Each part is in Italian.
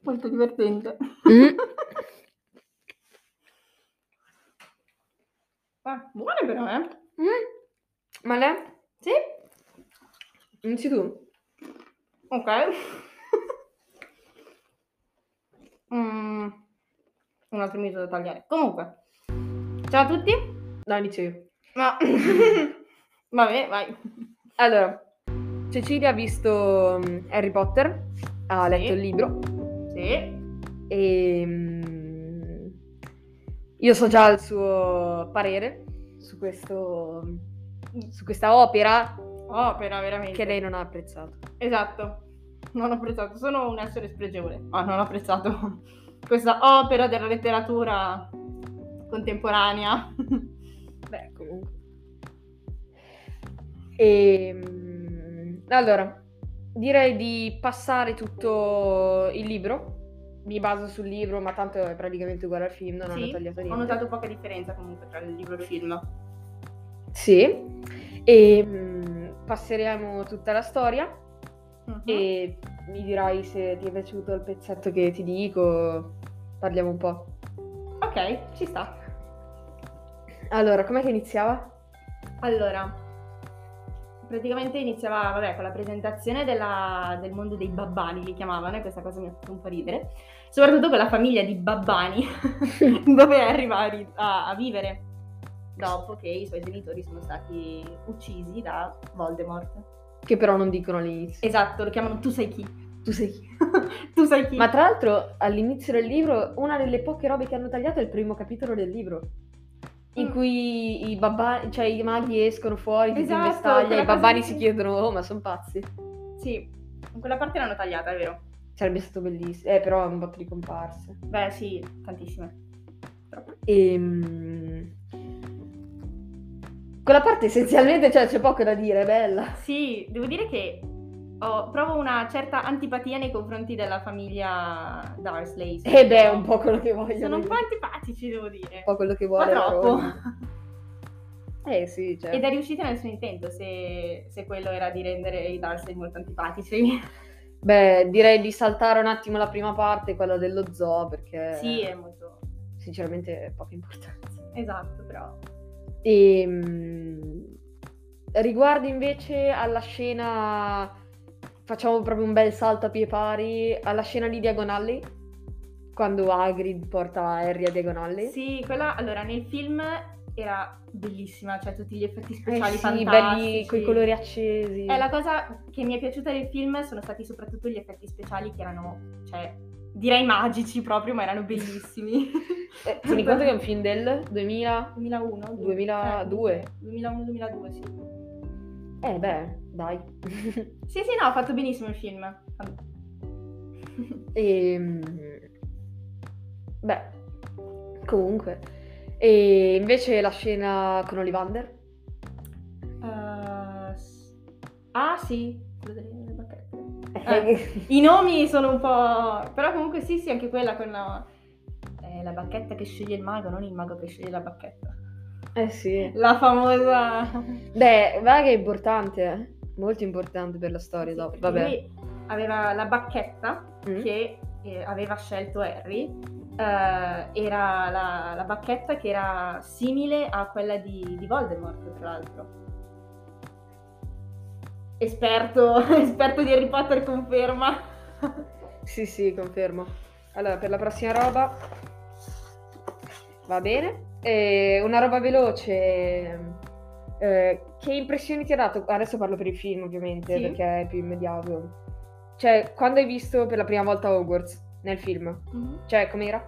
Molto divertente. Mm. Eh, buone però, eh. Mm. Ma lei? Sì, Non sei tu. ok. Mm, un altro mito da tagliare. Comunque, ciao a tutti. No, inizio io. Ma... Vabbè, vai. Allora, Cecilia ha visto mm, Harry Potter, ha Sì. letto il libro Sì. e mm, io so già il suo parere su, questo, su questa opera Opera, Oh, veramente. che lei non ha apprezzato. Esatto. Non ho apprezzato, sono un essere spregevole. Ah, non ho apprezzato questa opera della letteratura contemporanea. Beh, comunque. E, mm, allora, direi di passare tutto il libro. Mi baso sul libro, ma tanto è praticamente uguale al film, non Sì, hanno tagliato niente. Ho notato poca differenza comunque tra il libro e il film. Sì. E mm, passeremo tutta la storia Mhm. e mi dirai se ti è piaciuto il pezzetto che ti dico. Parliamo un po'. Ok, ci sta. Allora, com'è che iniziava? Allora, praticamente iniziava vabbè, con la presentazione della- del mondo dei babbani, li chiamavano, e questa cosa mi ha fatto un po' ridere. Soprattutto quella famiglia di babbani, dove arriva a, ri- a- a vivere dopo che i suoi genitori sono stati uccisi da Voldemort. Che però non dicono all'inizio. Esatto, lo chiamano tu sai chi. tu sei chi? tu sai chi. Ma tra l'altro all'inizio del libro una delle poche robe che hanno tagliato è il primo capitolo del libro. In Mm. cui i babbani, cioè i maghi escono fuori, tutti Esatto, in vestaglia, quella i babbani cosa si lì. chiedono, oh ma sono pazzi. Sì, in quella parte l'hanno tagliata, è vero. Sarebbe stato bellissimo. Eh, però è un botto di comparse. Beh, sì, tantissime. Ehm... Quella parte essenzialmente, cioè c'è poco da dire, è bella. Sì, devo dire che ho- provo una certa antipatia nei confronti della famiglia Dursley. E Eh beh, è un po' quello che voglio. Sono un po' antipatici, devo dire. quello che Un vuole. po' la troppo. Rowling. Eh sì, cioè. Ed è riuscita nel suo intento, se, se quello era di rendere i Dursley molto antipatici. Beh, direi di saltare un attimo la prima parte, quella dello zoo, perché... Sì, è molto... sinceramente è poca importanza. Esatto, però... E, mm, riguardo invece alla scena, facciamo proprio un bel salto a pie pari, alla scena di Diagonale, quando Hagrid porta Harry a Diagonale. Sì, quella... Allora, nel film era bellissima, cioè tutti gli effetti Eh speciali sì, fantastici. belli, con i colori accesi. Eh, la cosa che mi è piaciuta del film sono stati soprattutto gli effetti speciali che erano, cioè, direi magici proprio, ma erano bellissimi. Eh, tieni conto che è un film del 2000... 2001? 2002. 2001-2002, sì. Eh beh, dai. Sì, sì, no, ha fatto benissimo il film. E, mm, beh, comunque. E invece la scena con Ollivander. Eh, s- ah, sì. quello delle- delle bacchette. Eh, I nomi sono un po'... Però comunque sì, sì, anche quella con la... eh, la bacchetta che sceglie il mago, non il mago che sceglie la bacchetta. Eh sì. La famosa... Eh. Beh, guarda che è importante, eh. molto importante per la storia Sì, dopo. perché Vabbè. Lui aveva la bacchetta Mm. che eh, aveva scelto Harry eh, era la, la bacchetta che era simile a quella di, di Voldemort, tra l'altro. Esperto, esperto di Harry Potter conferma. Sì, sì, confermo. Allora, per la prossima roba va bene. E una roba veloce. eh, che impressioni ti ha dato? Adesso parlo per il film, ovviamente, Sì. perché è più immediato. Cioè, quando hai visto per la prima volta Hogwarts nel film? Cioè, com'era?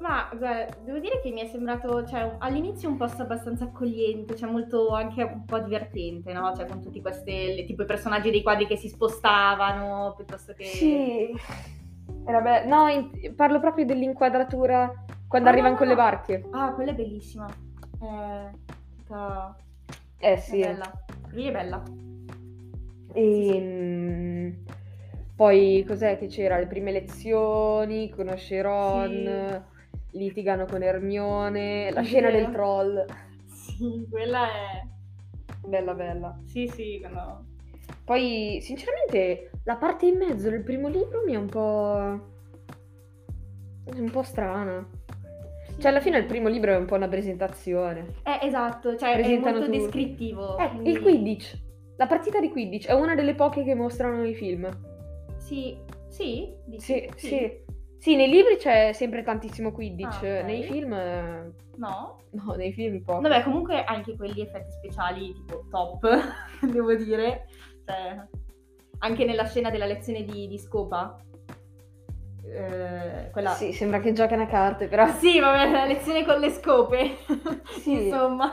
Ma guarda, devo dire che mi è sembrato, cioè, all'inizio un posto abbastanza accogliente, cioè molto anche un po' divertente, no? Cioè con tutti questi, le- tipo i personaggi dei quadri che si spostavano, piuttosto che... Era bello. No, in- parlo proprio dell'inquadratura quando Ah, arrivano no, con le no. barche. Ah, quella è bellissima. Eh, tutta... Eh è sì. bella. Lì è bella. E mm, poi cos'è che c'era? Le prime lezioni, conosce Ron, litigano con Ermione, la Sì, scena vero. del troll. Sì, quella è... Bella bella. Sì, sì, quando... Poi, sinceramente, la parte in mezzo del primo libro mi è un po'. è un po' strana. Cioè, alla fine il primo libro è un po' una presentazione. Eh, esatto, cioè è Presentano molto tutto. descrittivo. Eh, quindi- il Quidditch. La partita di Quidditch è una delle poche che mostrano nei film. Sì, sì, dici? Sì, sì. Sì, nei libri c'è sempre tantissimo Quidditch. Ah, ok. Nei film. eh, No? No, nei film poco. Vabbè, comunque anche quelli effetti speciali tipo top, devo dire. Cioè, anche nella scena della lezione di, di Scopa. eh, quella... Sì, sembra che giochi a carte, però. Sì, vabbè, la lezione con le scope. Sì. Insomma.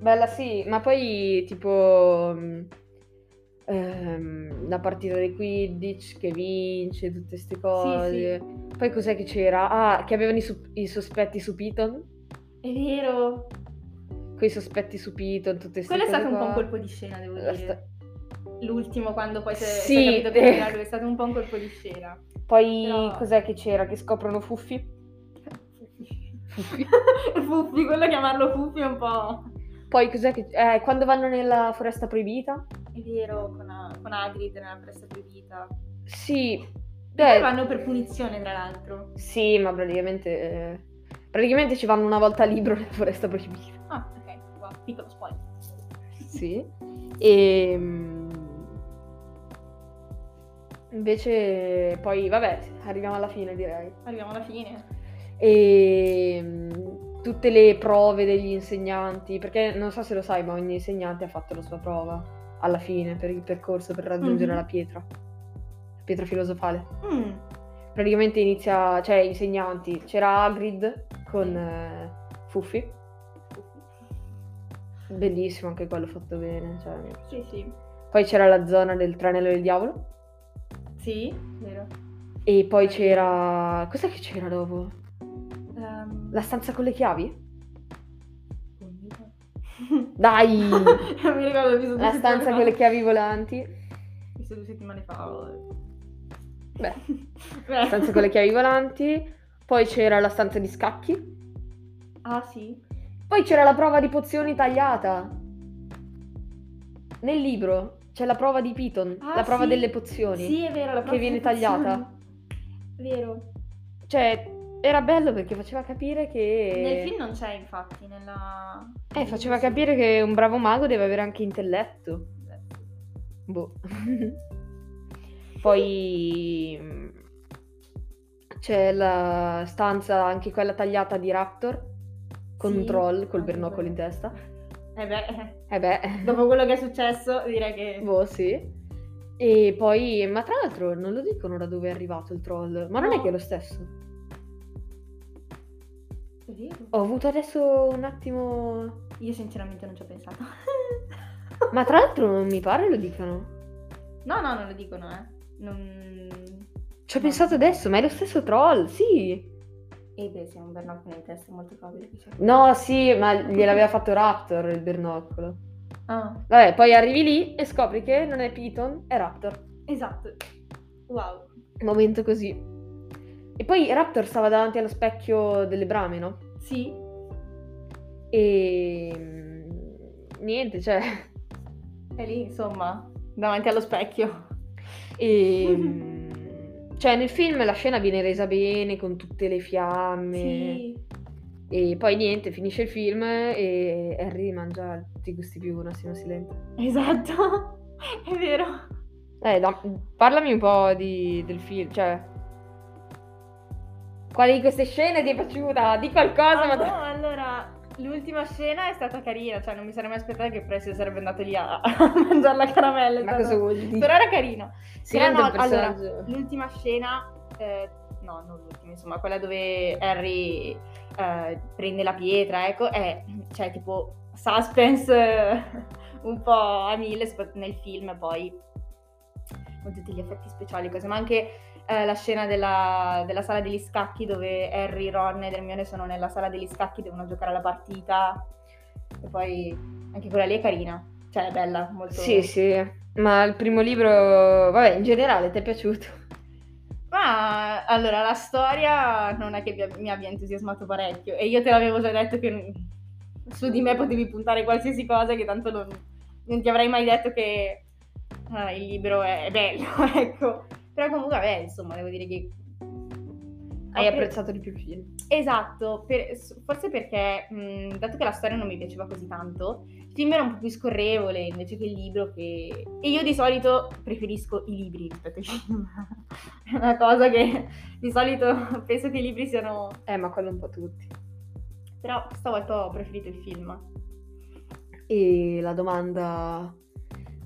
Bella sì, ma poi tipo mh, ehm, la partita dei Quidditch che vince, tutte queste cose. Poi cos'è che c'era? Ah, che avevano i, sup- i sospetti su Piton. È vero. Quei sospetti su Piton, tutte queste Quello è cose stato un po' un qua. colpo di scena, devo La dire. sta- L'ultimo, quando poi si è Sì. capito che era lui, è stato un po' un colpo di scena. Poi Però- cos'è che c'era? Che scoprono Fuffi. Fuffi. Fuffi, quello chiamarlo Fuffi è un po'... Poi cos'è che... eh, quando vanno nella foresta proibita? È vero, con, a- con Hagrid nella pressa proibita. Sì. Poi beh, vanno per punizione, tra l'altro. Sì, ma praticamente... eh, Praticamente ci vanno una volta al libro nella foresta proibita. Ah, ok, wow, piccolo spoiler. Sì. E invece poi vabbè, arriviamo alla fine, direi. Arriviamo alla fine. E mm, tutte le prove degli insegnanti, perché non so se lo sai, ma ogni insegnante ha fatto la sua prova alla fine per il percorso per raggiungere Mhm. la pietra. La pietra filosofale. Mm, Praticamente inizia, cioè insegnanti, c'era Hagrid con eh, Fuffi. Bellissimo anche quello fatto bene, cioè mi Sì, sì. Poi c'era la zona del tranello del diavolo. Sì, vero. E poi c'era. Cos'è che c'era dopo? Ehm, La stanza con le chiavi? Non Dai! mi ricordo, ho visto due la stanza settimane con le fa. chiavi volanti. Ho visto due settimane fa. oh. Beh. Beh. La stanza con le chiavi volanti. Poi c'era la stanza di scacchi. Ah, sì? Poi c'era la prova di pozioni tagliata. Nel libro c'è la prova di Piton, Ah, la prova sì. delle pozioni. Sì, è vero. La Che viene prostituzione. tagliata. Vero. Cioè, era bello perché faceva capire che. Nel film non c'è, infatti, nella... Eh, faceva capire che un bravo mago deve avere anche intelletto. Boh. Poi mm, c'è la stanza, anche quella tagliata di Raptor, con Sì, un troll col anche bernoccolo in quella. testa. Eh beh, Eh beh, dopo quello che è successo, direi che... boh sì. E poi, ma tra l'altro non lo dicono da dove è arrivato il troll, ma non è No. che è lo stesso. È vero. Ho avuto adesso un attimo... Io sinceramente non ci ho pensato. Ma tra l'altro non mi pare lo dicano. No, no, non lo dicono, eh. Non... Ci ho No. pensato adesso, ma è lo stesso troll, sì. E Eh, beh, siamo un bernoccolo in testa, è molto probabile che c'è. No, sì, ma gliel'aveva fatto Raptor il bernoccolo. Ah, Vabbè, poi arrivi lì e scopri che non è Piton, è Raptor. esatto. Wow. Momento così. E poi Raptor stava davanti allo specchio delle brame, no? Sì, E... mm, Niente, cioè... è lì, insomma, davanti allo specchio. E... mm, Cioè, nel film la scena viene resa bene con tutte le fiamme. Sì. E poi niente, finisce il film e Harry mangia tutti i gusti più uno, se non si lenta. Esatto. È vero. Eh, da- parlami un po' di- del film, cioè... Quale di queste scene ti è piaciuta? Di qualcosa, Ah, ma... no, allora, l'ultima scena è stata carina, cioè non mi sarei mai aspettata che Presley sarebbe andato lì a, a mangiare la caramella. è Ma stato- cosa vuol dire? Però era carino. si però rende no, un personaggio. L'ultima scena, eh, no, non l'ultima, insomma, quella dove Harry eh, prende la pietra, ecco, è cioè, tipo suspense eh, un po' a mille, soprattutto nel film, poi con tutti gli effetti speciali, e cose, ma anche eh, la scena della, della sala degli scacchi dove Harry, Ron ed Hermione sono nella sala degli scacchi, devono giocare alla partita, e poi anche quella lì è carina, cioè è bella, molto... Sì, sì. Ma il primo libro, vabbè, in generale ti è piaciuto. Ma allora la storia non è che vi- mi abbia entusiasmato parecchio e io te l'avevo già detto che su di me potevi puntare qualsiasi cosa che tanto non, non ti avrei mai detto che eh, il libro è, è bello, ecco. Però comunque, vabbè, insomma, devo dire che... Hai Ho pre- apprezzato di più il film. Esatto, per- forse perché, mh, dato che la storia non mi piaceva così tanto, il film era un po' più scorrevole invece che il libro che... E io di solito preferisco i libri rispetto ai film. È una cosa che di solito penso che i libri siano... Eh, ma quello un po' tutti. Però stavolta ho preferito il film. E la domanda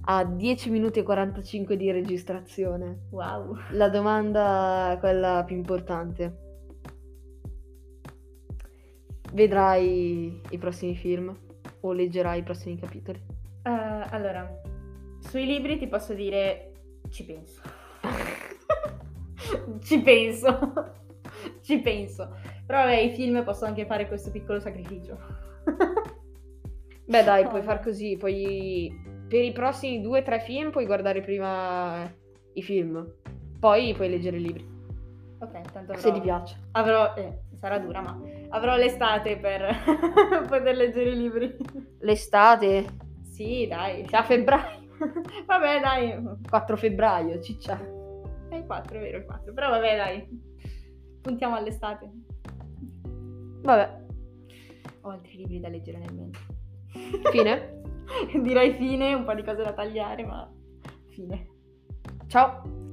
a 10 minuti e 45 di registrazione. Wow. La domanda, quella più importante. Vedrai i prossimi film o leggerai i prossimi capitoli? Eh, allora, sui libri ti posso dire ci penso. ci penso. ci penso. Però vabbè, i film posso anche fare questo piccolo sacrificio. Beh, dai, puoi far così. Poi per i prossimi due o tre film puoi guardare prima i film, poi puoi leggere i libri. Ok, tanto avrò, Se ti piace. avrò- eh, sarà dura, ma avrò l'estate per poter leggere i libri. L'estate, Sì, dai. a febbraio, vabbè, dai. 4 febbraio, ciccia. È il 4, è vero, il 4. Però vabbè, dai. Puntiamo all'estate. Vabbè, Ho altri libri da leggere nel mentre. fine. Direi fine, un po' di cose da tagliare, ma fine. Ciao.